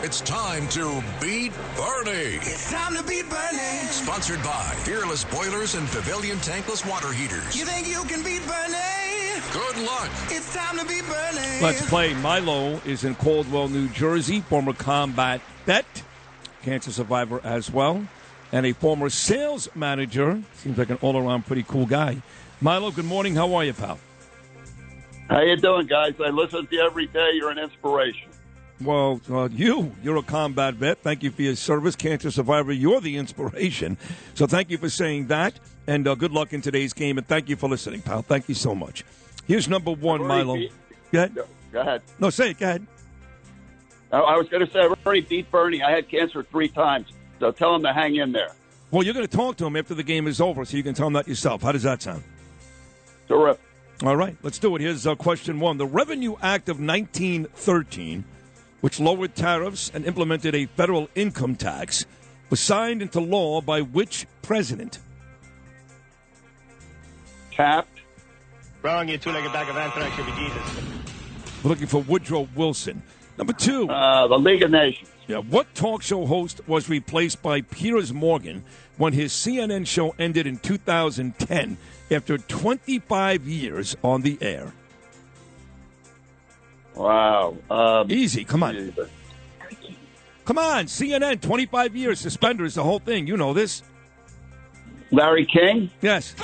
It's time to beat Bernie. It's time to beat Bernie. Sponsored by Fearless Boilers and Pavilion Tankless Water Heaters. You think you can beat Bernie? Good luck. It's time to beat Bernie. Let's play. Milo is in Caldwell, New Jersey, former combat vet, cancer survivor as well, and a former sales manager. Seems like an all around pretty cool guy. Milo, good morning. How are you, pal? How you doing, guys? I listen to you every day. You're an inspiration. Well, uh, you, you're a combat vet. Thank you for your service, cancer survivor. You're the inspiration. So thank you for saying that, and uh, good luck in today's game, and thank you for listening, pal. Thank you so much. Here's number one, I've already Milo. beat- Go ahead. No, Go ahead. No, say it. Go ahead. I, I was going to say I've already beat Bernie. I had cancer three times, so tell him to hang in there. Well, you're going to talk to him after the game is over, so you can tell him that yourself. How does that sound? Terrific. All right, let's do it. Here's uh, question one. The Revenue Act of 1913, which lowered tariffs and implemented a federal income tax, was signed into law by which president? Tapped. Wrong, you two-legged bag of anthrax should be Jesus. We're looking for Woodrow Wilson. Number two, Uh, the League of Nations. yeah, what talk show host was replaced by Piers Morgan when his CNN show ended in 2010 after 25 years on the air? Wow. Um, Easy, come on. Come on, CNN, 25 years, suspenders, the whole thing. You know this. Larry King. Yes.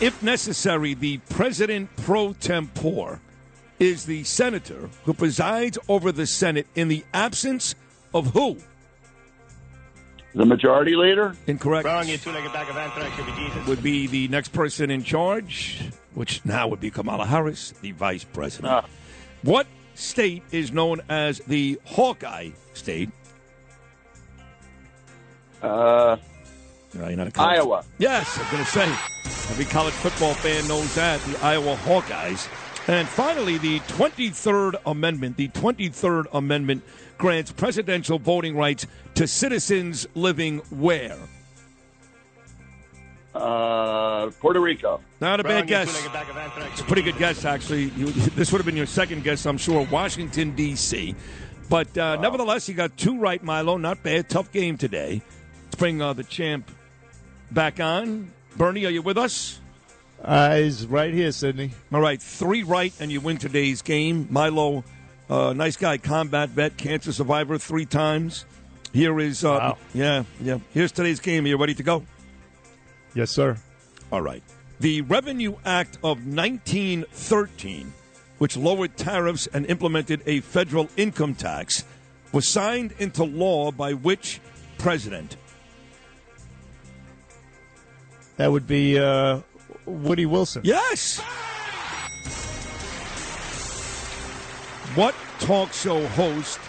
If necessary, the president pro tempore is the senator who presides over the Senate in the absence of who? The Majority Leader. Incorrect. Wrong, you two-legged bag of anthrax should be Jesus. Would be the next person in charge, which now would be Kamala Harris, the vice president. Ah. What state is known as the Hawkeye state? Uh, No, you're not a college- Iowa. Yes, I was going to say. Every college football fan knows that, the Iowa Hawkeyes. And finally, the 23rd Amendment. The 23rd Amendment grants presidential voting rights to citizens living where? uh, Puerto Rico. Not a Wrong, bad you guess. two-legged bag of anthrax should be Pretty good guess, actually. You, this would have been your second guess, I'm sure. Washington, D.C. But uh, nevertheless, you got two right, Milo. Not bad. Tough game today. Let's bring uh, the champ back on. Bernie, are you with us? Uh, he's right here, Sydney. All right, three right, and you win today's game. Milo, uh, nice guy, combat vet, cancer survivor, three times. Here is, uh, yeah, yeah. Here's today's game. Are you ready to go? Yes, sir. All right. The Revenue Act of 1913, which lowered tariffs and implemented a federal income tax, was signed into law by which president? That would be uh, Woody Wilson. Yes. What talk show host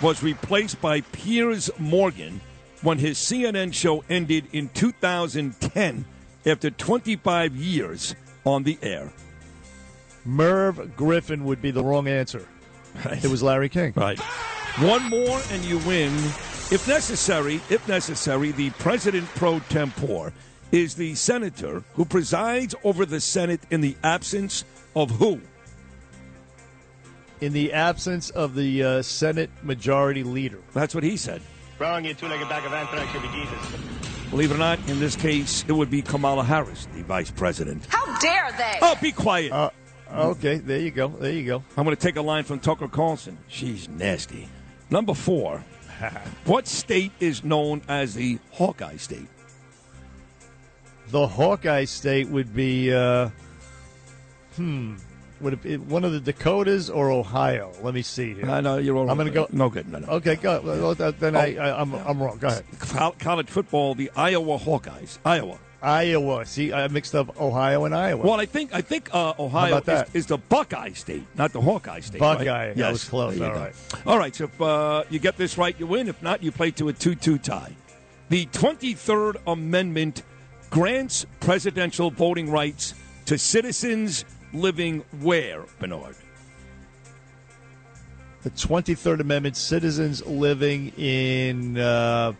was replaced by Piers Morgan when his CNN show ended in 2010 after 25 years on the air? Merv Griffin would be the wrong answer. Right. It was Larry King. right. One more and you win. If necessary, if necessary, the president pro tempore is the senator who presides over the Senate in the absence of who? In the absence of the uh, Senate Majority Leader. That's what he said. Wrong, you two-legged bag of anthrax should be Jesus. Believe it or not, in this case, it would be Kamala Harris, the vice president. How dare they? Oh, be quiet. Uh, okay, there you go. There you go. I'm going to take a line from Tucker Carlson. She's nasty. Number four. what state is known as the Hawkeye state? The Hawkeye State would be. Uh, hmm. Would it be one of the Dakotas or Ohio? Let me see here. I know you're all I'm gonna go- No good. No, no. Okay, go. uh, well, that- Then I, I, I'm, I'm wrong. Go ahead. Col- College football, the Iowa Hawkeyes. Iowa. Iowa. See, I mixed up Ohio and Iowa. Well, I think I think uh, Ohio about is, that? is the Buckeye state, not the Hawkeye state. Buckeye. Right? That was close. There you All go. right. All right. So if uh, you get this right, you win. If not, you play to a two-two tie. The Twenty-third Amendment grants presidential voting rights to citizens living where Bernard. the 23rd Amendment, citizens living in, uh,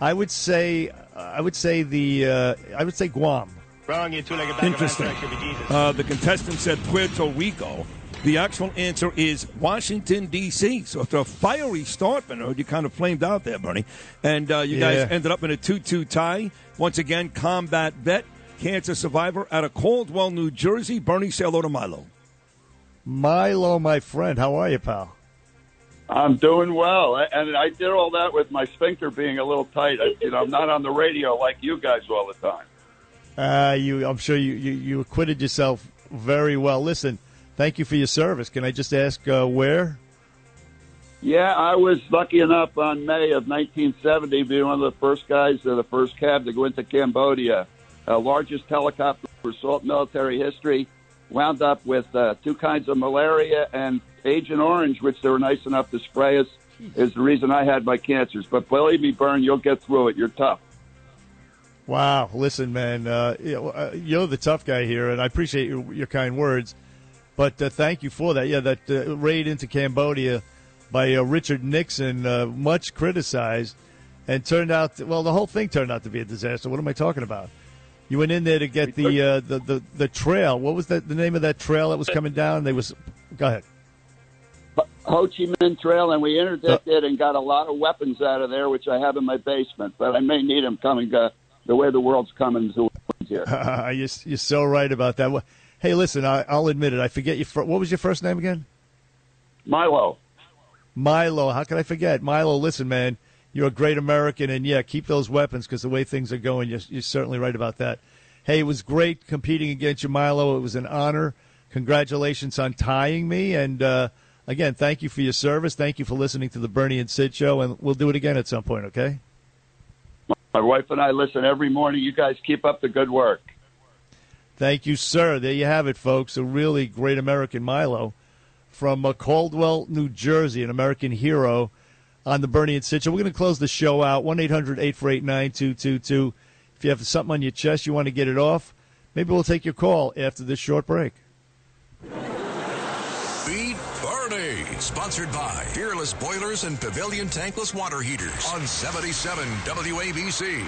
I would say, I would say the, uh, I would say Guam. Wrong, you two-legged bag of Interesting. anthrax should be Jesus. Uh, the contestant said Puerto Rico. The actual answer is Washington, D.C. So after a fiery start, Bernard, you kind of flamed out there, Bernie. And uh, you Yeah. guys ended up in a 2 2 tie. Once again, combat vet, cancer survivor out of Caldwell, New Jersey. Bernie, say hello to Milo. Milo, my friend, how are you, pal? I'm doing well, A- and I did all that with my sphincter being a little tight. I, you know, I'm not on the radio like you guys all the time. Uh, you, I'm sure you, you, you acquitted yourself very well. Listen, thank you for your service. Can I just ask uh, where? Yeah, I was lucky enough on May of 1970 to be one of the first guys, or the first cab to go into Cambodia, uh, largest helicopter for salt military history. Wound up with uh, two kinds of malaria and Agent Orange, which they were nice enough to spray us. Is the reason I had my cancers. But believe me, Bern, you'll get through it. You're tough. Wow, listen, man, uh, you know, uh, you're the tough guy here, and I appreciate your, your kind words, but uh, thank you for that. Yeah, that uh, raid into Cambodia by uh, Richard Nixon, uh, much criticized, and turned out well. The whole thing turned out to be a disaster. What am I talking about? You went in there to get the uh, the, the the trail. What was that? The name of that trail that was coming down? They was go ahead. Ho Chi Minh Trail, and we interdicted and got a lot of weapons out of there, which I have in my basement. But I may need them coming uh, the way the world's coming to us here. Uh, you're, you're so right about that. Well, Hey, listen, I, I'll admit it. I forget your fir- what was your first name again? Milo, Milo, how could I forget? Milo, listen, man, you're a great American, and yeah, keep those weapons because the way things are going, you're, you're certainly right about that. Hey, it was great competing against you, Milo. It was an honor. Congratulations on tying me, and uh, again, thank you for your service. Thank you for listening to the Bernie and Sid show, and we'll do it again at some point, okay? my wife and I listen every morning. You guys keep up the good work. Thank you, sir. There you have it, folks. A really great American Milo from uh, Caldwell, New Jersey, an American hero on the Bernie and Sitch. Show. We're going to close the show out 1 800 848 9222. If you have something on your chest, you want to get it off, maybe we'll take your call after this short break. Beat Bernie. Sponsored by Fearless Boilers and Pavilion Tankless Water Heaters on 77 WABC.